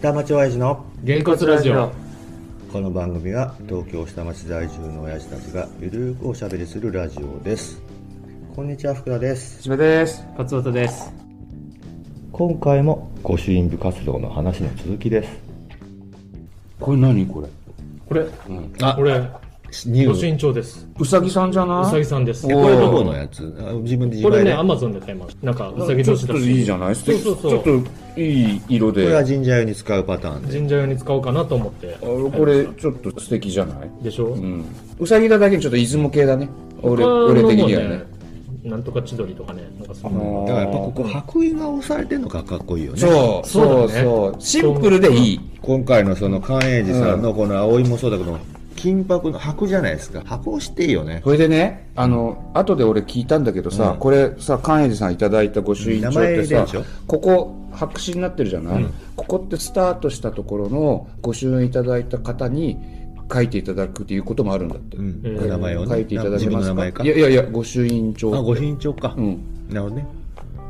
下町親父のげんこつラジオこの番組は東京下町在住の親父たちがゆるーくおしゃべりするラジオですこんにちは福田ですしめです勝本です今回も御朱印部活動の話の続きですこれ何これこれ、あこれ、ニご身長です。うさぎさんじゃないうさぎさんです。おここれどこのやつあ自分で自れ前でね、アマゾンで買いました。なんか、うさぎちょ年っだといいし、じゃないそうそうそうちょっといい色こでれはあ神社用に使うパターンで神社用に使おうかなと思って。これちょっと素敵じゃないでしょうんうさぎだだけにちょっと出雲系だね俺他の俺的もにはね。なんとか千鳥とかね、なんかそあのーだからやっぱここ白衣が押されてるのがかっこいいよねそうそそううだねそうシンプルでいい今回のその寛永寺さんのこの葵もそうだけど、金箔の箔じゃないですか箔をしていいよねそれでねあの後で俺聞いたんだけどさ、うんこれさ寛永寺さんいただいたご朱印帳って名前さでしょここ白紙になってるじゃない、ここってスタートしたところのご朱印いただいた方に書いていただくっていうこともあるんだって、うん、えーお名前をね書いていただけ自分まの名す前かかいやいやいやご朱印帳あご身長か、うんなるほどね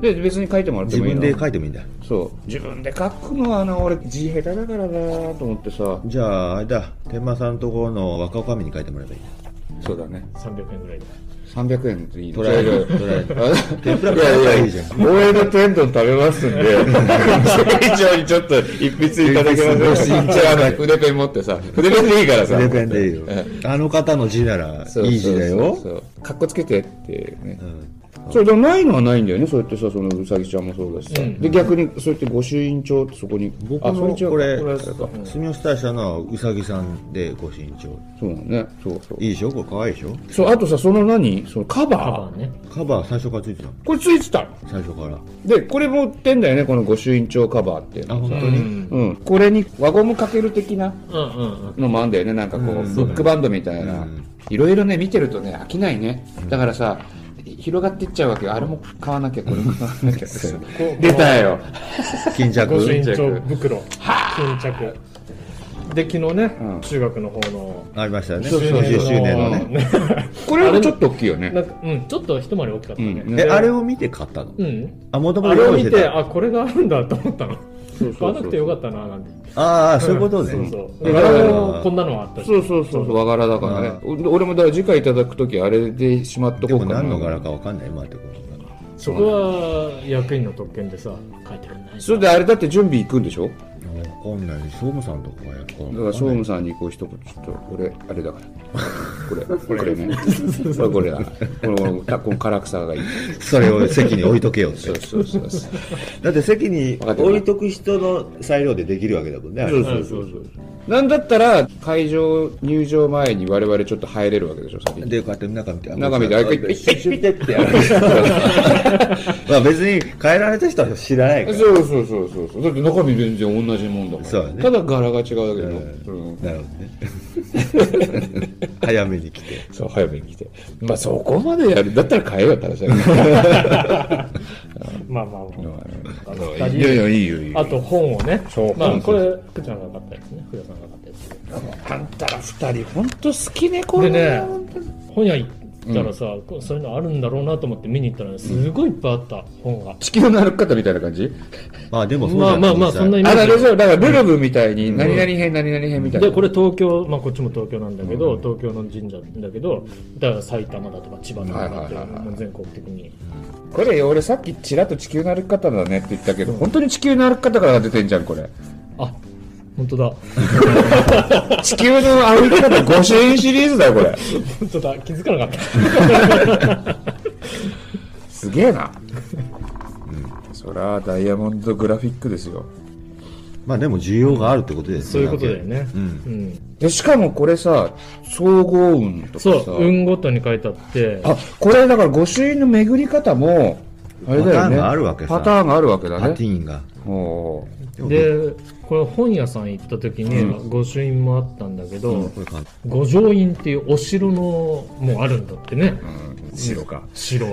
で別に書いてもらって自もいい分ので書いてもいいんだそう自分で書くのはな俺字下手だからなと思ってさじゃああれだ天満さんのところの若女将に書いてもらえばいいそうだね300円ぐらいで。 300円でいいの捉える捉える天ぷらい買やいえばやいいいじゃやん、応援の天丼食べますんで、それ以上にちょっと一筆いただけますし、じゃあな筆ペン持ってさ、筆ペンでいいからさ。筆ペンでいいよあの方の字ならそうそうそういい字だよそうかっこつけてっていうね。うんそれでもないのはないんだよね、そうやってさ、そのうさぎちゃんもそうだしさ。うんで、逆に、そうやって御朱印帳ってそこに、僕あ、そもれ違うかこれこれそう住吉大社のうさぎさんでご身長そうだね。そうそう。いいでしょこれ可愛いでしょそう、あとさ、その何そのカバーカバーね。カバー最初からついてたのこれついてたの最初からで、これも売ってんだよね、この御朱印帳カバーっていうあの。本当うに、んうん。これに輪ゴムかける的なうんうんのもあんだよねなんかこう、うんブックバンドみたいな、うんいろいろね見てるとね飽きないねだからさ広がっていっちゃうわけよあれも買わなきゃこれも買わなきゃうん。出たよ巾着ご朱印巾帳着袋、巾着。で、昨日ね、うん中学の方の、ありましたよねそうそうそう50周年のねね。これもちょっと大きいよ ねなんか、うん、ちょっと一回り大きかったうね。んえあれを見て買ったのうん。あもともあとれを用意見してて、たあ、これがあるんだと思ったの。そう買わなくてよかったな、なんて。ああそういうことねそうそう。うんで我々もこんなのあったし。そうそうそうそう和柄だからねお俺もだから次回いただく時あれでしまっとでこうもかな何の柄かわかんない今ってことだそこは役員の特権でさ書いてくれないそれであれだって準備行くんでしょわかんない総務さんとかがやっぱだから、ショームさんにこう一言、ちょっと、これ、あれだから。これ、 これね。これ、これだから。この、この、この唐草がいい。それを席に置いとけよっそてうそうそうそう。だって席にかってる置いとく人の裁量でできるわけだもんねあれそうそうそうなんだったら、会場入場前に我々ちょっと入れるわけでしょ、先に。でこうやって中見てあ中見てあれこうやってピッピッピッシュッてやるまあ別に変えられた人は知らないからそうそうそうそうそう。だって中身全然同じもんだから。そうだねただ柄が違うだけでも、うんなるほどね早めに来てそう、早めに来て。まあそこまでやる。だったら変えようって話だよね。まあまあまあ二い人やいや、いいよ、いいよ。あと本をねそうま本あですこれ福ちゃんが買ったやつね福田さんが買ったやつあんたら二人、ほんと好きね、これ。でね本屋行ったらさ、こうそういうのあるんだろうなと思って見に行ったらねすごいいっぱいあった本が、地球の歩き方みたいな感じまあでもそうまあまあまあそんなイメあ、だーかジら、だからルルブみたいに、何々編、何々編みたいな。でこれ東京、まあ、こっちも東京なんだけど、東京の神社だけどだから埼玉だとか千葉だとかって、はいはいはいはいもう全国的にこれ俺さっきちらっと地球の歩き方だねって言ったけど、本当に地球の歩き方から出てんじゃんこれあ本当だ地球の歩き方御朱印シリーズだよこれ本当だ気づかなかったすげえな、そりゃダイヤモンドグラフィックですよまあでも需要があるってことですそういうことだよねうんうんでしかもこれさ総合運とかさそう、運ごとに書いてあって、あこれだから御朱印の巡り方もあれだよパターンねがあるわけさパターンがあるわけパだテねィーンがおーでで、これ本屋さん行った時に、御朱印もあったんだけもどこ、れ簡単御城印っていうお城のもあるんだってね、白か城。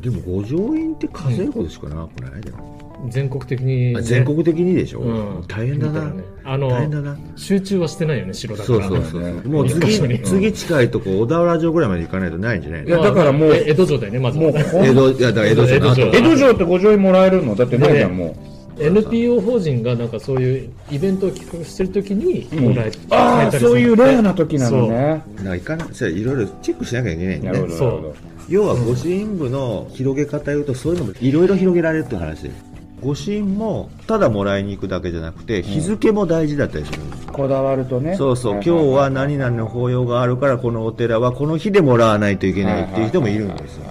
でも五条院って稼ぐほどしかなくないでも全国的にあね。全国的にでしょ、うん大変だな、みたいねあの大変だな集中はしてないよね、城だかそら。うそうそう、うんもう一次箇所に次近いとこ小田原城ぐらいまで行かないとないんじゃないいやのまあだからもうえ江戸城だよね、まず。もうほん江戸いやだから江戸城の江戸後城江戸城って御朱印もらえるのだってないじゃんもう NPO 法人がなんかそういうイベントを企画してるときにもらえ,、ああ、そういうレアな時なのね。なんかいかなそれいろいろチェックしなきゃいけないんだなよねるほど、なるほど。要は御朱印部の広げ方言うとそういうのもいろいろ広げられるって話です御朱印もただもらいに行くだけじゃなくて日付も大事だったりするんです、こだわるとね。そうそう今日は何々の法要があるからこのお寺はこの日でもらわないといけないっていう人もいるんですよ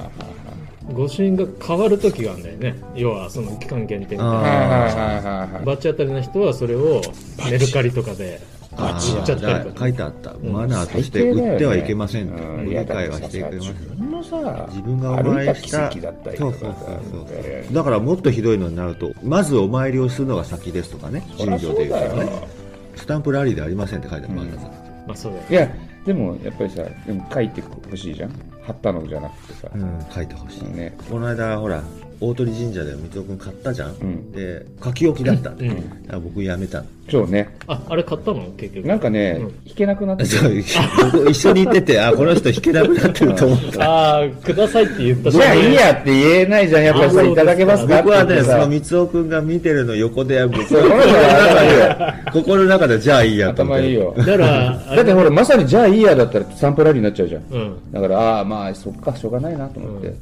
御朱印が変わるときがあるんだよね要はその期間限定みたいあなはいはいはいはい。バチ当たりな人はそれをメルカリとかでああ売っちゃったりとだか書いてあった、マナーとして売ってはいけませんと、理解はしていけません自分のさ、自分がお参りした歩いた奇跡だったりそとうかそうそうえそうだからもっとひどいのになるとまずお参りをするのが先ですとかねそりゃ信条でいうからそうだねよスタンプラリーではありませんって書いてある、まずまあそうだよいや、でもやっぱりさ、でも書いてほしいじゃん。貼ったのじゃなくてさ。うん、書いてほしい、ね。この間ほら大鳥神社で三尾君買ったじゃん、んで書き置きだったんで、うんだから僕やめたのそうね。ああれ買ったの結局なんかね、うん弾けなくなってきたそう僕一緒に行っててあこの人弾けなくなってると思ったああくださいって言ったじゃあいいやって言えないじゃん。やっぱあそうですさ、かいただけますか僕はね、ってそさの三尾くんが見てるの横で、僕そうこの人は頭いいよ心の中で、じゃあいいやと思っ頭ていい。よ。だからあ だっれてほら、まさにじゃあいいやだったらサンプラリーになっちゃうじゃん。うんだから、ああー、まあ、そっか、しょうがないなと思って。うん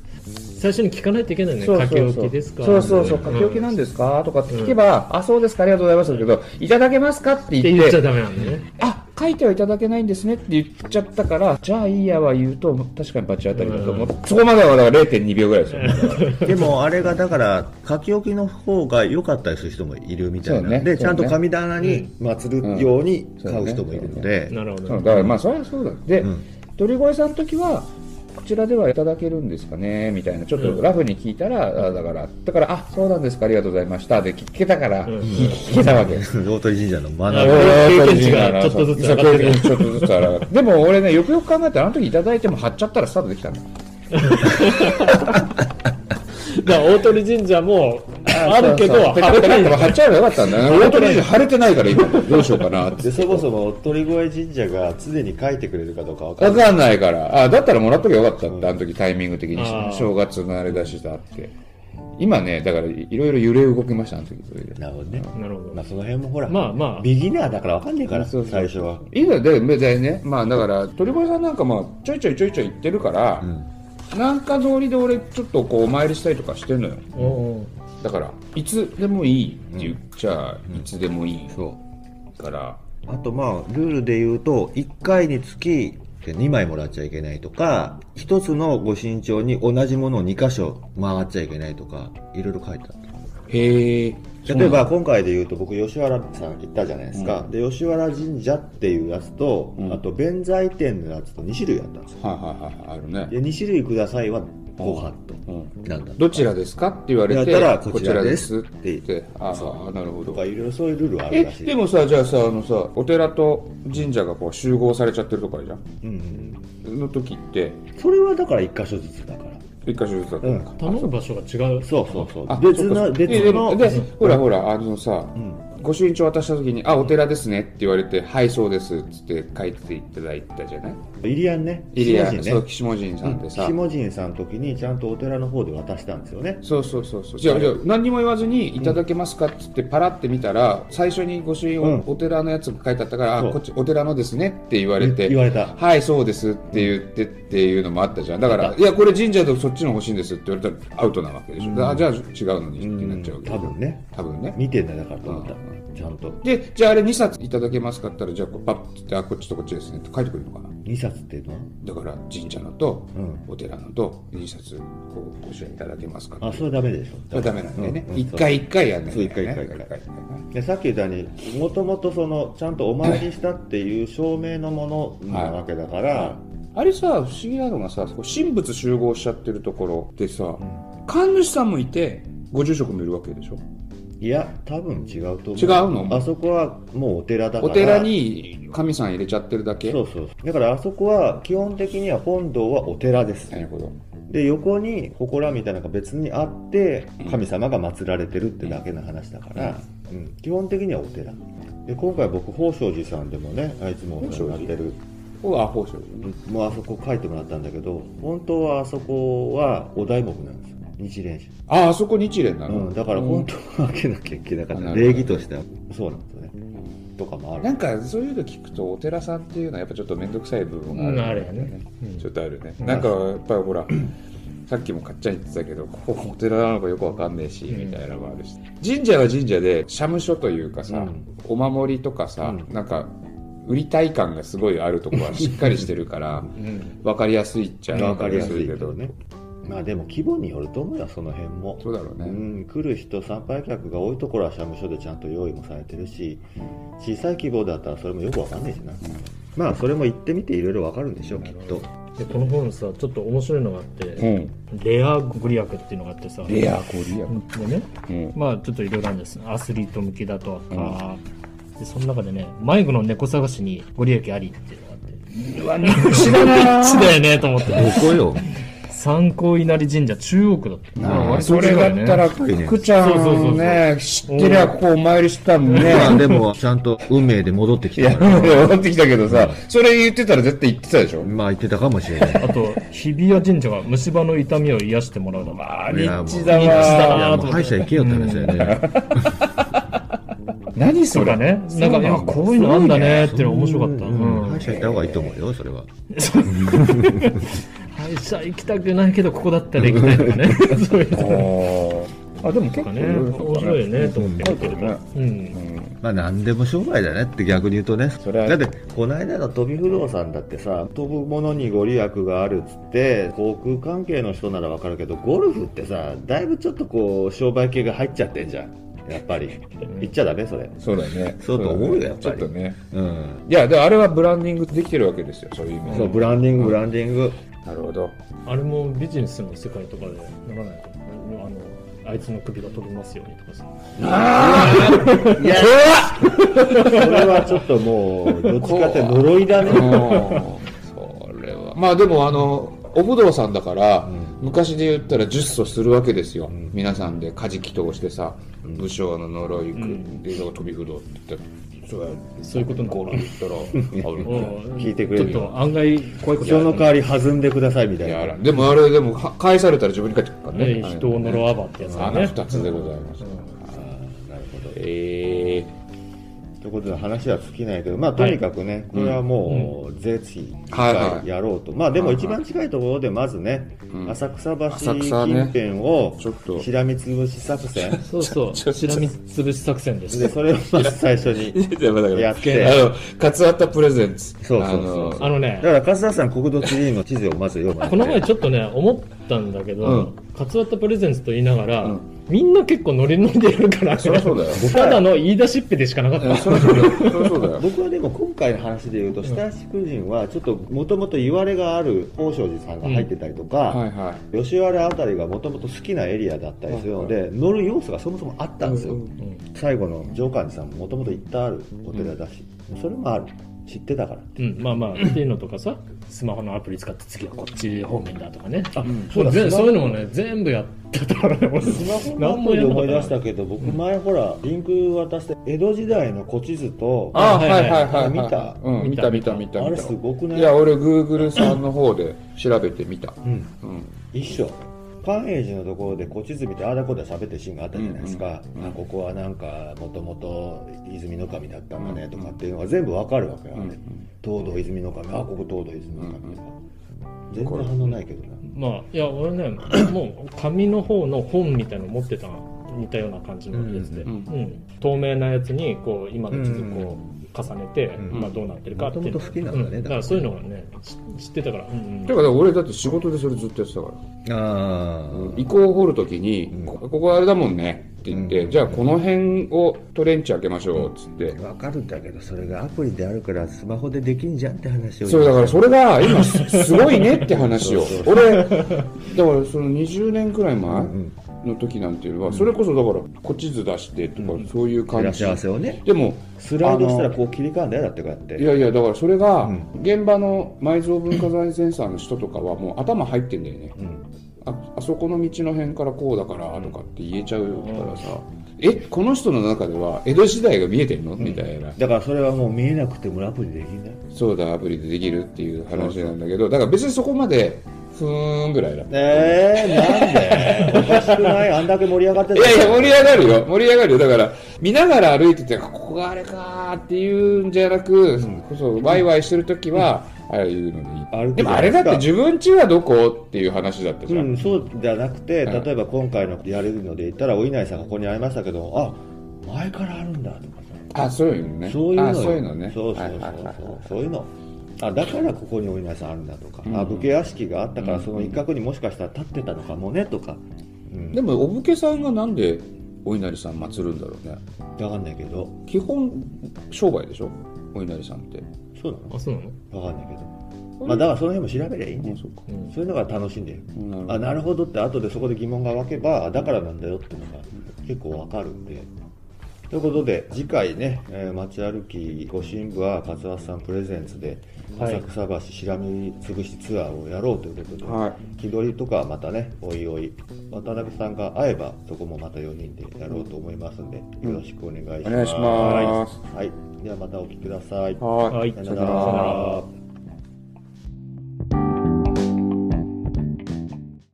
最初に聞かないといけないねそうそう書そきう置きですかそうそうそう、ん書き置きなんですかとかって聞けば、あ、そうですか、ありがとうございますだけど、いただけますかってって言言っっちゃて、ダメなんだねあ、書いてはいただけないんですねって言っちゃったから、じゃあいいやは言うと、確かにバチ当たりだと思う。そこまではだから0.2秒ぐらいですよ。でも、あれがだから、書き置きの方が良かったりする人もいるみたいそなうねんで、そうねちゃんと神棚に祀るように買う人もいるので、なるほどそうだからまあそれはそうだで、うん鳥越さんの時はこちらではいただけるんですかねみたいなちょっとラフに聞いたら、あだからだからあそうなんですかありがとうございましたで聞けたから、うん聞聞けたわけ、大鳥神社の学あび。経験値がちょっとずつ上がってるそうちょっとずつ上がってるでも俺ねよくよく考えたらあの時いただいても貼っちゃったらスタートできたのだから大鳥神社もあるけどそうそう貼ってないんだ貼っちゃえばよかったんだよね俺とりあえず貼れてないから今どうしようか なってで、そもそも鳥越神社が常に書いてくれるかどうかわわい。かんないから。あ、だったらもらっときゃよかったって、あの時タイミング的にあー正月のあれだしさって。今ね、だからいろいろ揺れ動きました、あの時それで。なるほどね。なるほどまあ、その辺もほら、まあまあビギナーだからわかんないから、そうそう最初は。いいのよで別にね、まあだから、鳥越さんなんかまあ、ちょいちょいちょいちょい行ってるから、なんか通りで俺ちょっとこうお参りしたりとかしてんのよ。おおだから、いつでもいいって言っちゃ、いつでもいいから、あとまあ、ルールで言うと、1回につき2枚もらっちゃいけないとか、1つのご身長に同じものを2箇所回っちゃいけないとか、いろいろ書いてあっへえ。た。例えば、今回で言うと、僕、吉原さん行ったじゃないですか。で、吉原神社っていうやつと、うんあと、弁財天のやつと2種類あったんですよ。はいはいはいはい、あるね。で、2種類くださいは、ご飯と。うんなんだどちらですかって言われて、やったらこちらですこちらですって言って、ああ、なるほとど。か、いろいろそういうルールはあえるらしい。でもさじゃあさあのさお寺と神社がこう集合されちゃってるとこあるじゃうんうん。んの時ってそれはだから1箇所ずつだから。一箇所ずつだったうんのか、頼む場所が違うそうそうそうあ。別の、そっかいや別での。もでほらほらあのさ、んご朱印帳渡した時に「あお寺ですね」って言われて「はいそうです」っつって書いていただいたじゃないイリアンね。入谷新人ねそう岸本神さんでさ、岸本陣さんの時にちゃんとお寺の方で渡したんですよねそうそうそうそうじゃあじゃあ何にも言わずに「いただけますか」っつってパラって見たら最初に御朱印を、うんお寺のやつが書いてあったから「そあうこっちお寺のですね」って言われて言われたはい、そうですって言ってっていうのもあったじゃん。だから、いや、これ神社とそっちの欲しいんですって言われたらアウトなわけでしょ。あじゃあ違うのにってなっちゃうわけでしょ多分ね多分ね。見てんだだからと思ったちゃんとで、じゃああれ2冊いただけますかって言ったら、じゃあこうパッて言って、あ、こっちとこっちですねって書いてくれるのかな。 2冊っていうのはだから神社のとうんお寺のと2冊こうご支援いただけますかあってそれダメでしょそれはダメなんだよね。うんうん一回一回やんないといそうけ一ないね回一回一回でさっき言ったようにもともとそのちゃんとお参りしたっていう証明のものなわけだからあれさ不思議なのがさこう神仏集合しちゃってるところでさ、神主さんもいてご住職もいるわけでしょいや多分違うと思う違うのあそこはもうお寺だからお寺に神さん入れちゃってるだけそうそうだからあそこは基本的には本堂はお寺ですなるほどで横に祠みたいなのが別にあって神様が祀られてるってだけの話だから、うん基本的にはお寺で今回僕宝生寺さんでもねあいつもお世話になってるここは宝生寺ねもうあそこ書いてもらったんだけど本当はあそこはお題目なんですよね日蓮宗ああそこ日蓮なの、うん、だから本当は開けなきゃいけなかっうんなた、るほ礼ど儀としてはそうなんですよねとかもあるなんかそういうの聞くとお寺さんっていうのはやっぱちょっと面倒くさい部分があるうんあるよよねうんちょっとあるね、なんかやっぱりほら さっきもかっちゃん言ってたけどここお寺なのかよくわかんねえし、うんみたいなのもあるし神社は神社で社務所というかさ、うんお守りとかさ、うんなんか売りたい感がすごいあると こはしっかりしてるからうん分かりやすいっちゃ分分かかりりややすすいいけけどどねまあでも規模によると思うよその辺もそうだろううね、ん、来る人参拝客が多いところは社務所でちゃんと用意もされてるし小さい規模だったらそれもよくわかんないしな、まあそれも行ってみていろいろわかるんでしょうきっとでこの本さちょっと面白いのがあって、うんレアご利益っていうのがあってさレアゴリアでねうんまあちょっといろいろあるんですアスリート向きだとか、でその中でね迷子の猫探しにご利益ありっていうのがあってうわ知ら ないッチだよねと思ってこ よ参考稲荷神社中央区だったまあ割とそれだ近いねったら福ちゃそうそうそんうね知ってりゃここお参りしてたもんねでもちゃんと運命で戻ってきいや、 戻ってきたけどさ、それ言ってたら絶対言ってたでしょ。まあ言ってたかもしれないあと日比谷神社が虫歯の痛みを癒してもらうだああ、いリやもうッチだリッチだわわ。ーと思って行けよって話だよね何そとれかねなんかそうなんだあこういうのあんだねっていうの面白かった、うんうん歯医者行った方がいいと思うよそれは歯医者行きたくないけどここだったら行きたいとかねそういうとこああ、でも結と構かね面白いよねと思って見てると、うんうんまあ何でも商売だねって逆に言うとねそれだはってこの間の飛び不動産だってさ飛ぶものにご利益があるっつって航空関係の人ならわかるけどゴルフってさだいぶちょっとこう商売系が入っちゃってんじゃんやっぱり言っちゃダメそれそうだね。そうと思うよやっちぱょっりとね。うんいや、であれはブランディングできてるわけですよ、そういう意味でそうブランディングブランディングなるほ ど。あれもビジネスの世界とかでならないとあのあいつの首が飛びますようにとかさいやそれはちょっともうどっちかって呪いだねそれは。まあでも、あの、おぶどうさんだから、昔で言ったら10祖するわけですよ、ん皆さんで家事祈祷してさ、武将の呪い、くで飛び不動って言って、そうやそういうことなゴール言ったら、あるおねう聞いてくれるちょっと案外怖いことその代わり弾んでください みたいいやなあらでもあれでもは返されたら自分に返ってくるからねね人を呪わばってやつだ穴ね二つでございました、あーなるほどええということで話は尽きないけど、まあ、とにかくね、これはもう、ぜひ、一回やろうと、まあ、でもはいはい一番近いところで、まずね、うん浅草橋浅近草ね辺をちょっとしらみつぶし作戦、そうそうちょちしらょみつぶし作戦ですでそれをまず最初 に。ー、やばだややっっててあのカツアタプレゼンツそうそうそうあのねだから、勝田さん、国土地理院の地図をまず読まれてこの前ちょっとね思ったんだけど、うんカツアタプレゼンツと言いながら、んみんな結構ノリノリでやるからそりゃそうだ よただの言い出しっぺでしかなかっあのたそりゃそうだよそりゃそうだよ僕はでも今回の話で言うと、親しく人は、ちょっともともと言われがある宝生寺さんが入ってたりとか、はいはい吉原あたりがもともと好きなエリアだったりするので、乗る要素がそもそもあったんですよ、うんう最後の上官寺さんももともと行ったあるお寺だし、それもある知ってたからうん、まあまあ、っていうのとかさ、スマホのアプリ使って次はこっち方面だとかね。あ、そうだぜスマそホういうのもね、全部やってたからね、俺スマホの何アもプリでやんなか思っいたな出したけど僕前ほらリンク渡して江戸時代の古地図とあはいはいはいはい見たうん、見た見た見たあ見れたすごくないいや俺グーグルさんの方で調べてみたうん、うん一緒寛永寺のところで古地図見てああだこうだ喋ってるシーンがあったじゃないですか、あここはなんかもともと泉の神だったんだねとかっていうのが全部わかるわけよ、あれ東堂泉の神あここ東堂泉の神とか、全然反応ないけどな、まあ、いや、俺ね、もう紙の方の本みたいの持ってた似たような感じのやつで、ううんん透明なやつに、こう、今の地図こう、重ねて、んまあ、どうなってるかっていうの。元々好きなんだねうだからそういうのがね、知知ってたから。うんうんてかだから俺だって仕事でそれずっとやってたからああ遺構を掘るときに、んこここあれだもんねって言って、うんじゃあこの辺をトレンチ開けましょうっつって、わかるんだけどそれがアプリであるからスマホでできんじゃんって話をそうだからそれが今すすごいねって話をそう俺だからその20年くらい前の時なんていうのは、それこそだから古地図出してとか、そういう照感らしじ合わせをねでもスライドしたらこう切り替わんだよだってこうやっていやいやだからそれうがん現場の埋蔵文化財センサーの人とかはもう頭入ってんだよね、うんああそこの道の辺からこうだからとかって言えちゃうからさ、えこの人の中では江戸時代が見えてんのみたいな、だからそれはもう見えなくてもアプリでできんだよそうだアプリでできるっていう話なんだけどだから別にそこまでふーんぐらいだ。えー、なんでおかしくないあんだけ盛り上がっていやいや、盛り上がるよ。盛り上がるよ。だから、見ながら歩いてて、ここがあれかーっていうんじゃなく、こそ、ワイワイしてるときは、ああいうのでい歩い。くでもあれだって自分家はどこっていう話だったじゃ。うんん、そうじゃなくて、うん例えば今回のやれるので言ったら、お稲荷さんがここにありましたけど、あ前からあるんだとかさ、あ、そういうのね。そういうのあ、よそういうのね。そうそうはいそはういはいはいそう、そういうの。あだからここにお稲荷さんあるんだとか、うんあ武家屋敷があったかうらんその一角にもしかしたら立ってたのかもねとか、うん、でも、お武家さんがなんでお稲荷さん祀るんだろうね。わかんないけど基本、商売でしょお稲荷さんって。そうなあ、そうなののわかんないけど、まあ、だからその辺も調べりゃいいんだよ、そうか。うんそういうのが楽しんでるなるほどあなるほどって後でそこで疑問が湧けばあだからなんだよっていうのが結構わかるんでということで次回ね、えー街歩きご神部は勝俣さんプレゼンツではい浅草橋しらみつぶしツアーをやろうということで、はい木取りとかはまたねおいおい渡辺さんが会えばそこもまた4人でやろうと思いますんでよろしくお願いします,、お願いしますはい、ではまたお聞きくださいははいい。さよなさよならら